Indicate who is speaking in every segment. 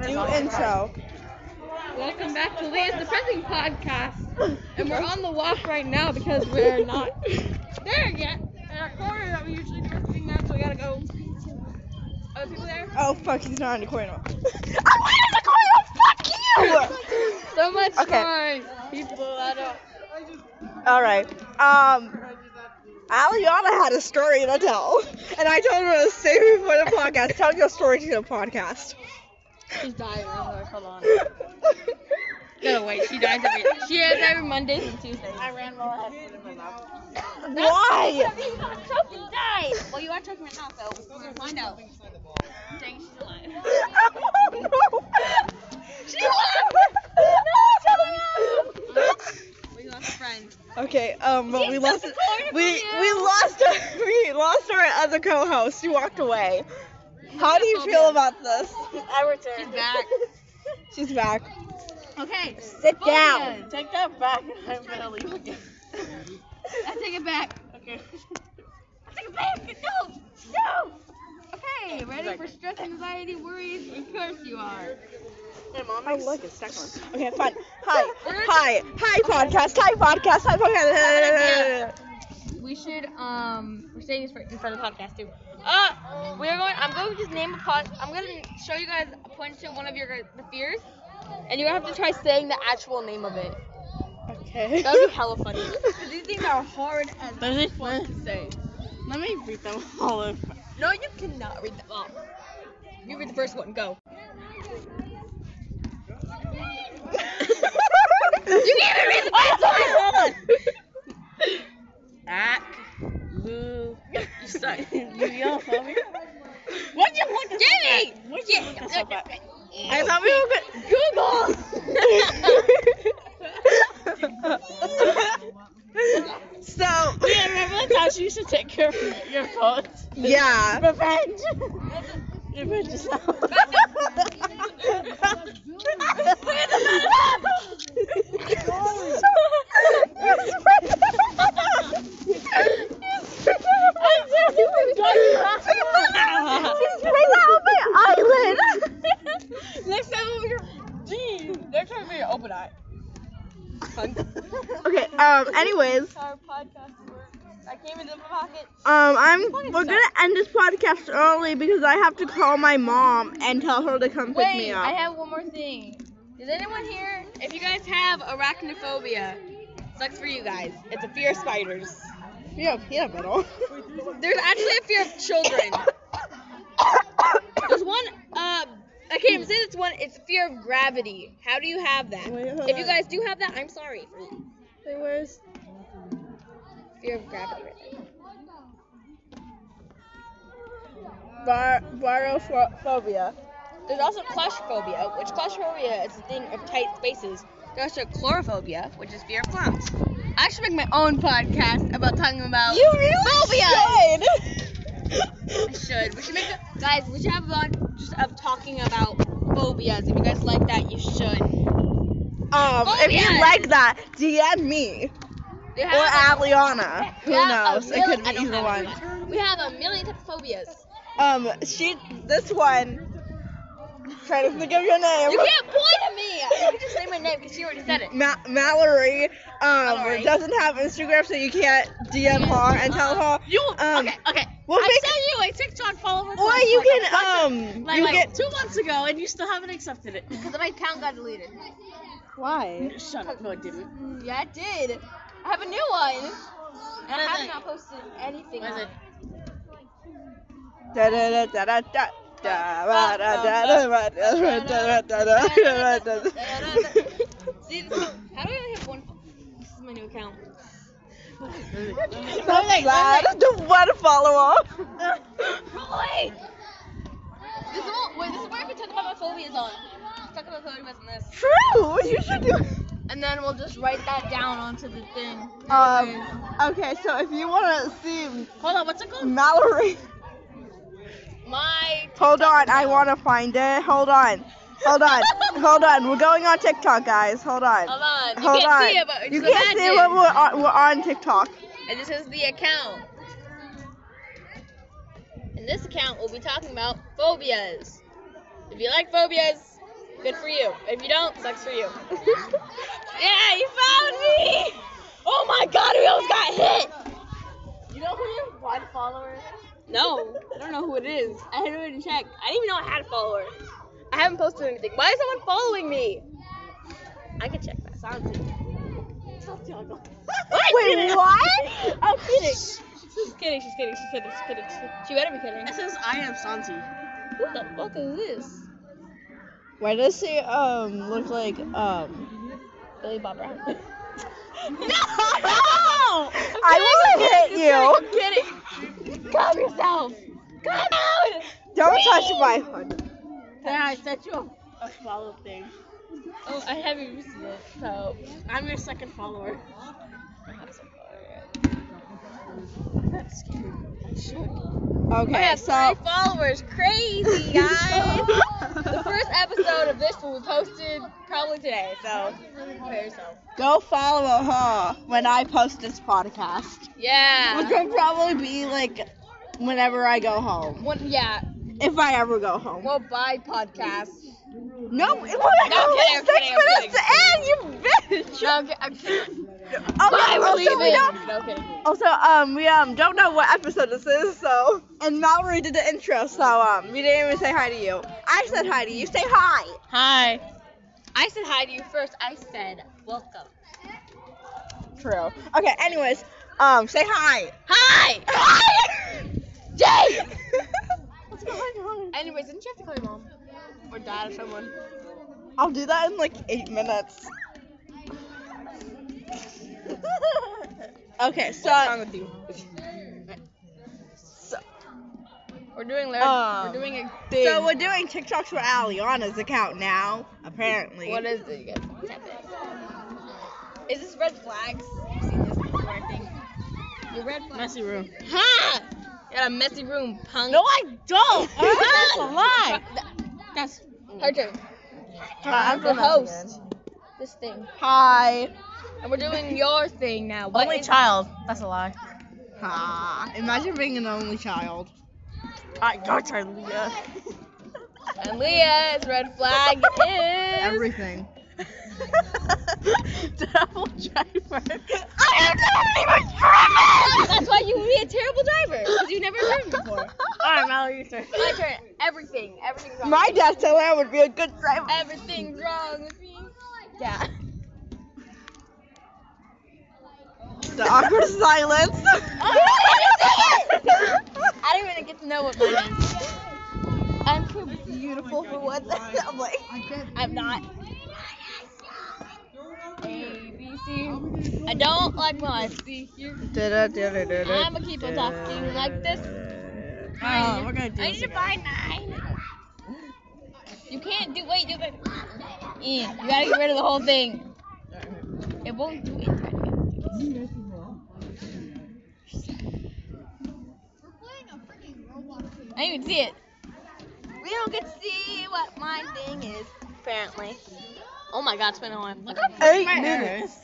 Speaker 1: New intro.
Speaker 2: Welcome back to Leah's the Pressing Podcast. And we're on the walk right now because we're not there yet. In our corner that we usually do everything now, so we gotta go. Other people there?
Speaker 1: Oh fuck, he's not in the corner. I'm not in the corner. Fuck you.
Speaker 2: So much
Speaker 1: Okay.
Speaker 2: time. People, I don't.
Speaker 1: All right. Um, Aliana had a story to tell, and I told her to save it for the podcast. Tell your story to the podcast.
Speaker 2: She's dying. I'm like, hold on. Gotta wait. She dies every. She dies every Mondays and Tuesdays. I ran well ahead.
Speaker 1: Why?
Speaker 3: You got choked and died. Well, you are choking right now, so we're gonna find out. Dang, she's alive.
Speaker 1: Oh, no. She was. No,
Speaker 3: We lost a friend.
Speaker 1: Okay, um, but we
Speaker 3: She's
Speaker 1: lost
Speaker 3: so supportive
Speaker 1: we
Speaker 3: of you.
Speaker 1: we lost our, we lost our other co-host. She walked away. How do you feel about this? I returned.
Speaker 3: She's back.
Speaker 1: She's back.
Speaker 3: Okay.
Speaker 1: Sit
Speaker 3: Phobia.
Speaker 1: down.
Speaker 4: Take that back and I'm gonna leave again.
Speaker 3: I take it back.
Speaker 4: Okay.
Speaker 3: I take it back. No. No. Okay. Ready for stress, anxiety, worries? Of course you are.
Speaker 4: Hey mom, I like a second one.
Speaker 1: Okay, fine. Hi, hi, hi, podcast. Hi, podcast. Hi, podcast.
Speaker 3: We should um. We're saying this for, in front of the podcast too. Uh, we're going. I'm going to just name a pod. I'm gonna show you guys a point to one of your the fears, and you have to try saying the actual name of it.
Speaker 4: Okay.
Speaker 3: That would be hella funny. 'Cause these things are hard as.
Speaker 4: There's this one to say. Let me read them all over.
Speaker 3: No, you cannot read them all. You read the first one. Go. You can't even read the first one.
Speaker 4: Ack. Lou. You suck. you yell for me. What you look at?
Speaker 3: Jimmy.
Speaker 4: What you look at so bad?
Speaker 1: I thought we were good. Google. so
Speaker 4: Yeah, remember the time she used to take care of your phones?
Speaker 1: yeah.
Speaker 4: Revenge. Revenge is out. Next time over your Gee, next time over your open eye.
Speaker 1: Okay, um, anyways, um,
Speaker 3: Our podcast I came into my pocket.
Speaker 1: I'm, we're gonna end this podcast early because I have to call my mom and tell her to come pick me
Speaker 3: Wait, I
Speaker 1: up.
Speaker 3: have one more thing. Does anyone here, if you guys have arachnophobia, sucks for you guys. It's a fear of spiders.
Speaker 1: Yeah, peanut butter.
Speaker 3: There's actually a fear of children. There's one, uh, I can't even say this one. It's a fear of gravity. How do you have that?
Speaker 1: Wait, hold
Speaker 3: If you
Speaker 1: on.
Speaker 3: guys do have that, I'm sorry. for you.
Speaker 1: Wait, where's?
Speaker 3: Fear of gravity. Right there.
Speaker 1: Bar- barophobia.
Speaker 3: There's also claustrophobia, which claustrophobia is the thing of tight spaces. There's also chlorophobia, which is fear of clowns. I should make my own podcast about talking about.
Speaker 1: You really
Speaker 3: I
Speaker 1: should.
Speaker 3: should. We should make a, guys. We should have one just of talking about phobias. If you guys like that, you should.
Speaker 1: Um, if you
Speaker 3: Phobias.
Speaker 1: like that, DM me
Speaker 3: We
Speaker 1: or
Speaker 3: have
Speaker 1: Aliana.
Speaker 3: we
Speaker 1: Who
Speaker 3: have a
Speaker 1: knows? It could
Speaker 3: million-
Speaker 1: be
Speaker 3: I don't
Speaker 1: either
Speaker 3: have
Speaker 1: one.
Speaker 3: We have a million types of phobias.
Speaker 1: Um, she. This one. Try to think of your name.
Speaker 3: You can't point at me. You can just say my name because she already said it.
Speaker 1: Ma- Mallory um
Speaker 3: Mallory.
Speaker 1: doesn't have Instagram, so you can't DM her and tell
Speaker 3: Uh-huh.
Speaker 1: her.
Speaker 4: You
Speaker 1: Um,
Speaker 4: okay? Okay.
Speaker 1: Well,
Speaker 4: I
Speaker 1: make-
Speaker 4: sent you a TikTok follower.
Speaker 1: or
Speaker 4: request,
Speaker 1: you
Speaker 4: like, a bunch of-
Speaker 1: can um
Speaker 4: like,
Speaker 1: you
Speaker 4: like
Speaker 1: get
Speaker 4: two months ago, and you still haven't accepted it.
Speaker 3: Because my account got deleted.
Speaker 1: why?
Speaker 4: Shut up! No, I didn't.
Speaker 3: Yeah, it did. I have a new one. And I
Speaker 4: What is
Speaker 3: have
Speaker 4: it?
Speaker 3: not posted anything.
Speaker 4: What is
Speaker 3: on
Speaker 4: it?
Speaker 1: Da da da da da da. da da da da da da da da da da da da.
Speaker 3: See, this is, how do I only have one? This is my new account.
Speaker 1: I'm glad I don't want to follow up.
Speaker 3: Wait! This is all, wait, this is where I've been talking about my phobias on. Talk about phobias on this.
Speaker 1: True, you should do.
Speaker 3: And then we'll just write that down onto the thing.
Speaker 1: Um, okay, so if you want to see
Speaker 4: Hold on. What's it called?
Speaker 1: Mallory,
Speaker 3: My
Speaker 1: hold on, I want to find it. Hold on, hold on, hold on. We're going on TikTok, guys. Hold on.
Speaker 3: Hold on. You
Speaker 1: Hold
Speaker 3: can't
Speaker 1: on.
Speaker 3: see it, but
Speaker 1: you
Speaker 3: just
Speaker 1: can't see it
Speaker 3: imagine.
Speaker 1: when we're on, we're on TikTok.
Speaker 3: And this is the account. And this account will be talking about phobias. If you like phobias, good for you. If you don't, sucks for you. yeah, you found me! Oh my god, we almost got hit!
Speaker 4: You know who your one follower is?
Speaker 3: No, I don't know who it is. I haven't even checked. I didn't even know I had a follower. I haven't posted anything. Why is someone following me? I can check that.
Speaker 4: Sounds Tell Tiago.
Speaker 3: What?
Speaker 1: Wait, what?
Speaker 3: I'm Oh, kidding. She's kidding. She's kidding. She's kidding. She's kidding. She better be kidding.
Speaker 4: It says I am Santi.
Speaker 3: Who the fuck is this?
Speaker 1: Why does he um look like um?
Speaker 3: Billy Bob Brown. no!
Speaker 4: Oh!
Speaker 1: I will hit you.
Speaker 3: I'm kidding. Calm yourself. Calm down.
Speaker 1: Don't touch my hood.
Speaker 4: Yeah, I sent you a, a follow thing.
Speaker 3: Oh, I haven't used it, so
Speaker 4: I'm your second follower.
Speaker 3: I have some color yet.
Speaker 4: That's scary.
Speaker 1: Okay, so
Speaker 3: three followers. Crazy, guys. the first episode of this will be posted probably today, so prepare yourself.
Speaker 1: go follow her when I post this podcast, which
Speaker 3: Yeah.
Speaker 1: will probably be like whenever I go home,
Speaker 3: One, yeah.
Speaker 1: if I ever go home.
Speaker 3: Well, bye, podcast.
Speaker 1: No, it was
Speaker 3: No, I'm
Speaker 1: only
Speaker 3: kidding, I'm
Speaker 1: six
Speaker 3: kidding, I'm
Speaker 1: minutes to end, you bitch.
Speaker 3: No, I'm, ki- I'm kidding.
Speaker 1: Okay,
Speaker 3: Bye, we're
Speaker 1: also, we
Speaker 3: leaving.
Speaker 1: don't-
Speaker 3: No, kidding.
Speaker 1: Also, um, we um don't know what episode this is, so and Mallory did the intro, so um we didn't even say hi to you. I said hi to you. Say hi.
Speaker 4: Hi.
Speaker 3: I said hi to you first. I said welcome.
Speaker 1: True. Okay. Anyways, um, say hi.
Speaker 3: Hi. Jay.
Speaker 1: What's going on?
Speaker 3: Anyways, didn't you have to call your mom or dad or someone?
Speaker 1: I'll do that in like eight minutes. okay. So, um,
Speaker 3: with you? We're doing lyrics.
Speaker 1: Um,
Speaker 3: we're doing a thing.
Speaker 1: so we're doing TikToks for Aliana's account now, apparently.
Speaker 3: what is it? You guys? Tap it. Is this red flags? I've seen this before, I think. Your red flags.
Speaker 4: Messy room.
Speaker 3: Ha! You got a messy room, punk.
Speaker 4: No, I don't. That's a lie. That's
Speaker 3: Her turn.
Speaker 1: Uh, I'm
Speaker 3: the
Speaker 1: gonna-
Speaker 3: host. This thing.
Speaker 1: Hi.
Speaker 3: And we're doing your thing now. What
Speaker 4: only
Speaker 3: is-
Speaker 4: child. That's a lie.
Speaker 1: Ah, imagine being an only child.
Speaker 4: I go Charlia.
Speaker 3: And Leah's red flag is.
Speaker 1: Everything.
Speaker 4: Devil driver.
Speaker 3: That's why you can be a terrible driver because you've never driven before.
Speaker 4: Alright, Mallory, your turn.
Speaker 3: My turn. Everything. Everything's wrong.
Speaker 1: My dad said I would be a good driver.
Speaker 3: Everything's wrong with me. Yeah.
Speaker 1: The awkward silence.
Speaker 3: I don't even get to know what mine is. I'm so beautiful for what I'm like. I'm not. A B C. I don't like what I see here. I'ma keep on talking like this.
Speaker 4: Alright, we're gonna do
Speaker 3: I need
Speaker 4: this
Speaker 3: to
Speaker 4: again.
Speaker 3: buy nine. You can't do. Wait, you gotta. Eh, you gotta get rid of the whole thing. It won't do it. I didn't even see it. We don't get to see what my thing is, apparently. Oh my god, it's been on. Look up.
Speaker 1: Eight
Speaker 4: My
Speaker 1: minutes.
Speaker 4: errors.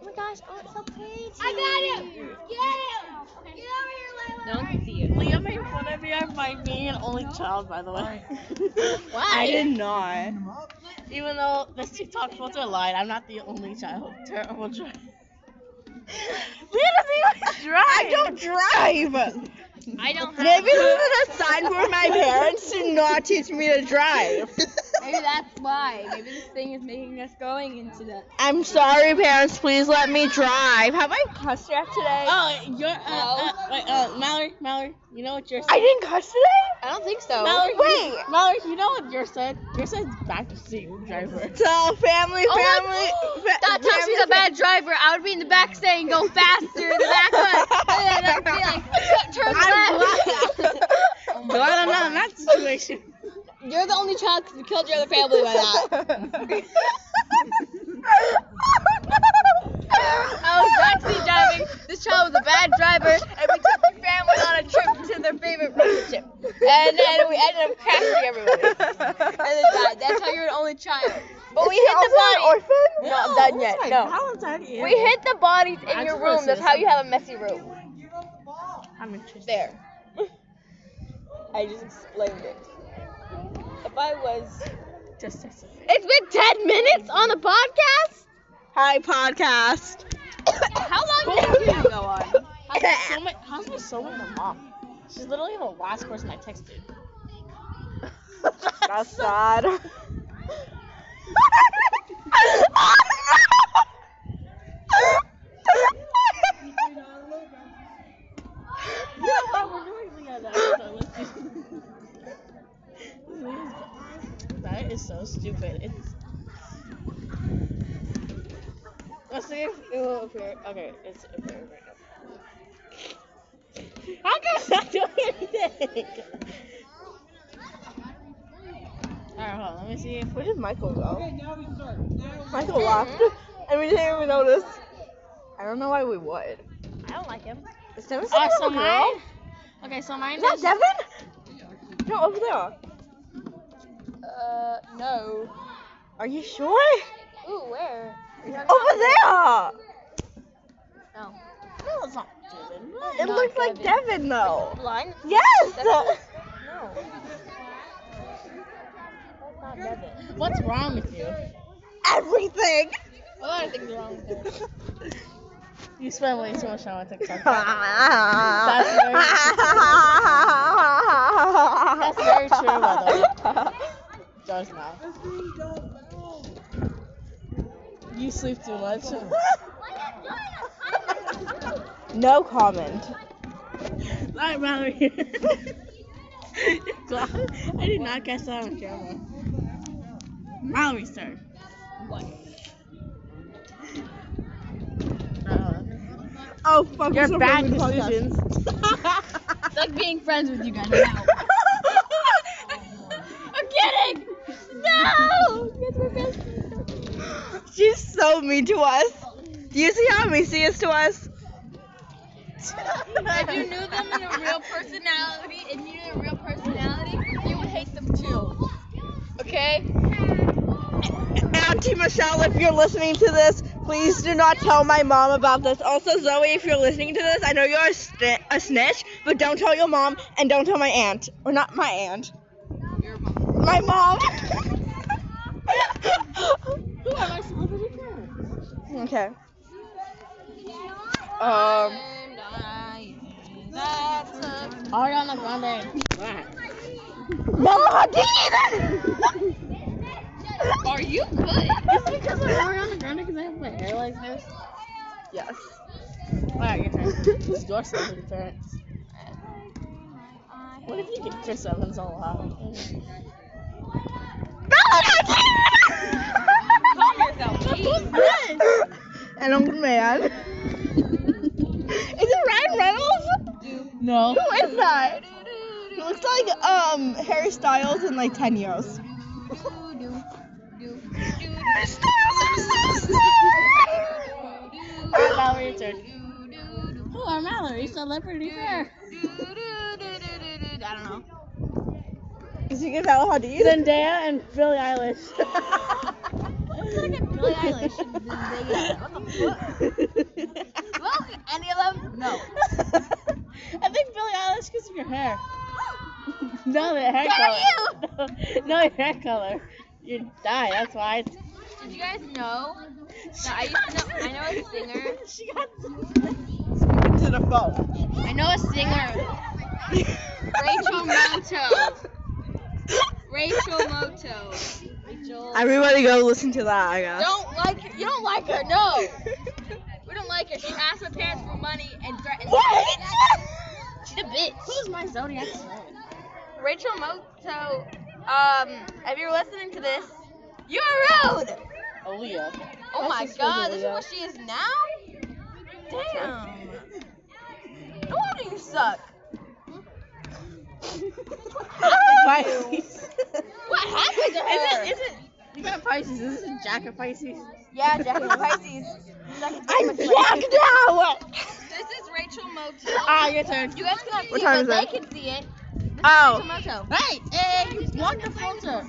Speaker 5: Oh my gosh, oh, it's so pretty.
Speaker 3: I got him!
Speaker 5: Get it! Get over here, Layla!
Speaker 3: Don't see it.
Speaker 4: Leah made fun of me by being an only child, by the way.
Speaker 3: Why?
Speaker 1: I did not.
Speaker 4: Even though this TikTok filter lied, I'm not the only child. Terrible driver. Leah doesn't even drive.
Speaker 1: I don't drive.
Speaker 3: I don't have.
Speaker 1: Maybe this is a sign for my parents to not teach me to drive.
Speaker 3: Maybe that's why. Maybe this thing is making us going into that.
Speaker 1: I'm sorry, parents. Please let me drive. Have I cussed yet today?
Speaker 4: Oh, you're uh, uh, wait, uh, Mallory, Mallory, you know what you're
Speaker 1: I didn't cuss today.
Speaker 3: I don't think so.
Speaker 4: Mallory,
Speaker 1: Wait.
Speaker 4: You, Mallory, you know what your said? Your said's backseat driver.
Speaker 1: So family, family.
Speaker 3: Oh my-
Speaker 1: fa-
Speaker 3: that tells me
Speaker 1: family-
Speaker 3: she's a bad driver. I would be in the back saying, go faster in the back one. And I'd be like, turn
Speaker 1: I'm
Speaker 3: left.
Speaker 1: glad. Oh
Speaker 4: Glad I'm not in that situation.
Speaker 3: You're the only child because you killed your other family by that. I was backseat driving. This child was a bad driver, and we took the family on a trip to their favorite road trip. And then we ended up crashing everybody. And then died. That's how you're an only child. But we
Speaker 1: Is she
Speaker 3: hit the
Speaker 1: also an
Speaker 3: body.
Speaker 1: orphan? Oh
Speaker 3: No, I'm done yet. No.
Speaker 4: Valentine is.
Speaker 3: We hit the bodies in
Speaker 4: I'm
Speaker 3: your
Speaker 4: just gonna
Speaker 3: room.
Speaker 4: say
Speaker 3: That's how you have a messy room.
Speaker 4: I'm interested.
Speaker 3: There. I just explained it. If I was.
Speaker 4: Just text it.
Speaker 3: It's been 10 minutes on the podcast?
Speaker 1: Hi, podcast.
Speaker 3: How long did you go on?
Speaker 4: How's my soulmate? How's my soulmate my mom? She's literally the last person I texted.
Speaker 1: That's sad.
Speaker 4: we're going to get That is so stupid. It's.
Speaker 1: Oh,
Speaker 4: Let's see if it will appear. Okay, it's appearing right now. How come it's not doing anything? Alright, hold on. Let me see if.
Speaker 1: Where did Michael go? Michael left, and we didn't even notice. I don't know why we would.
Speaker 4: I don't like him.
Speaker 1: Is Devin still
Speaker 4: Oh,
Speaker 1: have
Speaker 4: so
Speaker 1: a girl?
Speaker 4: mine. Okay, so mine
Speaker 1: Is that
Speaker 4: is.
Speaker 1: Devin? No, over there.
Speaker 3: Uh, no.
Speaker 1: Are you sure?
Speaker 3: Ooh, where?
Speaker 1: Over there.
Speaker 4: No, it's not Devin.
Speaker 1: It
Speaker 3: Not
Speaker 1: looks like
Speaker 3: Devin.
Speaker 1: Devin though.
Speaker 3: Blind?
Speaker 1: Yes.
Speaker 3: Devin? No.
Speaker 4: Not Devin. What's wrong with you?
Speaker 1: Everything.
Speaker 3: A lot of things are wrong with it.
Speaker 4: You spend way too much time on TikTok.
Speaker 1: That's
Speaker 4: very true, by Does not. You sleep too much.
Speaker 1: No comment.
Speaker 4: Alright, Mallory. Wow, I did not catch that on camera. Mallory, sir. What?
Speaker 1: Oh fuck.
Speaker 4: Your
Speaker 1: we're so
Speaker 4: bad
Speaker 1: Uh, bad with podcasts.
Speaker 4: decisions.
Speaker 3: It's like being friends with you guys now. I'm kidding! No! You guys were best friends.
Speaker 1: She's so mean to us. Do you see how mean she is to us?
Speaker 3: If you knew them in a real personality, if you knew a real personality, you would hate them too. Okay?
Speaker 1: Auntie Michelle, if you're listening to this, please do not tell my mom about this. Also, Zoe, if you're listening to this, I know you're a, sni- a snitch, but don't tell your mom and don't tell my aunt. Or not my aunt. Your mom. My mom.
Speaker 4: Who am I supposed to be friends?
Speaker 1: okay. Um.
Speaker 3: I'm dying. That's a
Speaker 4: Ariana Grande.
Speaker 1: Bella Hadid!
Speaker 3: Are you good?
Speaker 4: Is it because I'm Ariana Grande because I have my hair like this?
Speaker 1: yes.
Speaker 4: Alright, your turn. It's your son your parents. What if you get yourself in so loud?
Speaker 1: Bella Hadid!
Speaker 3: Calm yourself, please.
Speaker 1: An old man. is it Ryan Reynolds?
Speaker 4: No.
Speaker 1: Who is that? He looks like um Harry Styles in like ten years. Harry Styles, I'm
Speaker 4: Alright, Mallory, your turn. Who are Mallory? Celebrity fair.
Speaker 3: I don't know.
Speaker 1: so sad. Is he gonna tell how to eat it?
Speaker 4: Zendaya and Billie Eilish.
Speaker 3: Billie Eilish. What the fuck? Well, any of them? No.
Speaker 4: I think Billie Eilish because of your hair. No, the hair color. You! No, your hair color. You die. That's why. It's...
Speaker 3: Did you guys know that I used to know? I know a singer.
Speaker 4: she got.
Speaker 1: to the phone.
Speaker 3: I know a singer. Rachel Moto. Rachel Moto. Rachel.
Speaker 1: Everybody go listen to that, I guess.
Speaker 3: Don't like her. You don't like her. No. We don't like her. She asked my parents for money and threatened.
Speaker 1: What?
Speaker 3: She's a bitch.
Speaker 4: Who's my zodiac sign?
Speaker 3: Rachel Moto, um, if you're listening to this, you're rude.
Speaker 4: A Leo.
Speaker 3: Oh my
Speaker 4: sister's
Speaker 3: God, this is
Speaker 4: Leo.
Speaker 3: what she is now. Damn. No wonder you suck.
Speaker 4: Pisces. Is
Speaker 3: What happened to her?
Speaker 4: it? Is it? You got Pisces. Is it Jack of Pisces?
Speaker 3: yeah, Jack and Pisces. Jack and
Speaker 1: I'm
Speaker 3: Pisces.
Speaker 1: blocked out.
Speaker 3: This is Rachel Moto.
Speaker 4: Ah, your turn.
Speaker 3: You guys cannot see,
Speaker 1: What
Speaker 3: it,
Speaker 1: time
Speaker 3: but
Speaker 1: is
Speaker 3: they
Speaker 1: it?
Speaker 3: can see it. Rachel
Speaker 1: Oh.
Speaker 3: Moto.
Speaker 4: Hey, hey, you blocked the filter.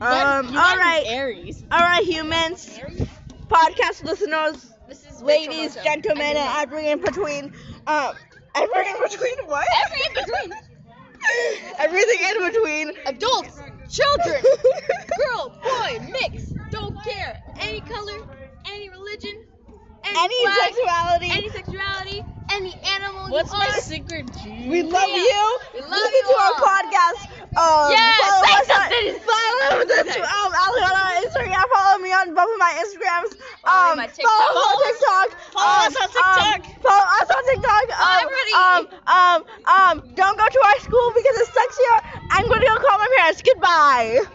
Speaker 1: Um. All right.
Speaker 4: Aries.
Speaker 1: All right, humans, podcast listeners,
Speaker 3: This is Rachel
Speaker 1: ladies,
Speaker 3: Moto.
Speaker 1: gentlemen, and every in between. Um. Every in between what?
Speaker 3: Every in between.
Speaker 1: Everything in between.
Speaker 3: Adults, children, girl, boy, mix, don't care. Any color, any religion, any,
Speaker 1: Any
Speaker 3: flag,
Speaker 1: sexuality.
Speaker 3: any sexuality, any animal
Speaker 4: What's
Speaker 3: you
Speaker 4: my
Speaker 3: are.
Speaker 4: secret G?
Speaker 1: we love
Speaker 3: Yeah.
Speaker 1: you.
Speaker 3: We love
Speaker 1: Listen
Speaker 3: you
Speaker 1: to our
Speaker 3: all.
Speaker 1: podcast. Um,
Speaker 3: Yes,
Speaker 1: follow
Speaker 3: say
Speaker 1: us on-
Speaker 3: something.
Speaker 1: Follow the
Speaker 3: Okay.
Speaker 1: um, Ali on our Instagram. Follow me on both of my Instagrams.
Speaker 3: Follow
Speaker 1: Um,
Speaker 3: my TikTok.
Speaker 1: follow us on TikTok.
Speaker 4: follow
Speaker 1: um,
Speaker 4: us on
Speaker 1: um,
Speaker 4: TikTok.
Speaker 1: follow us on TikTok. Um,
Speaker 3: Already.
Speaker 1: um, um, um, don't go to our school because it sucks here. I'm going to go call my parents. Goodbye.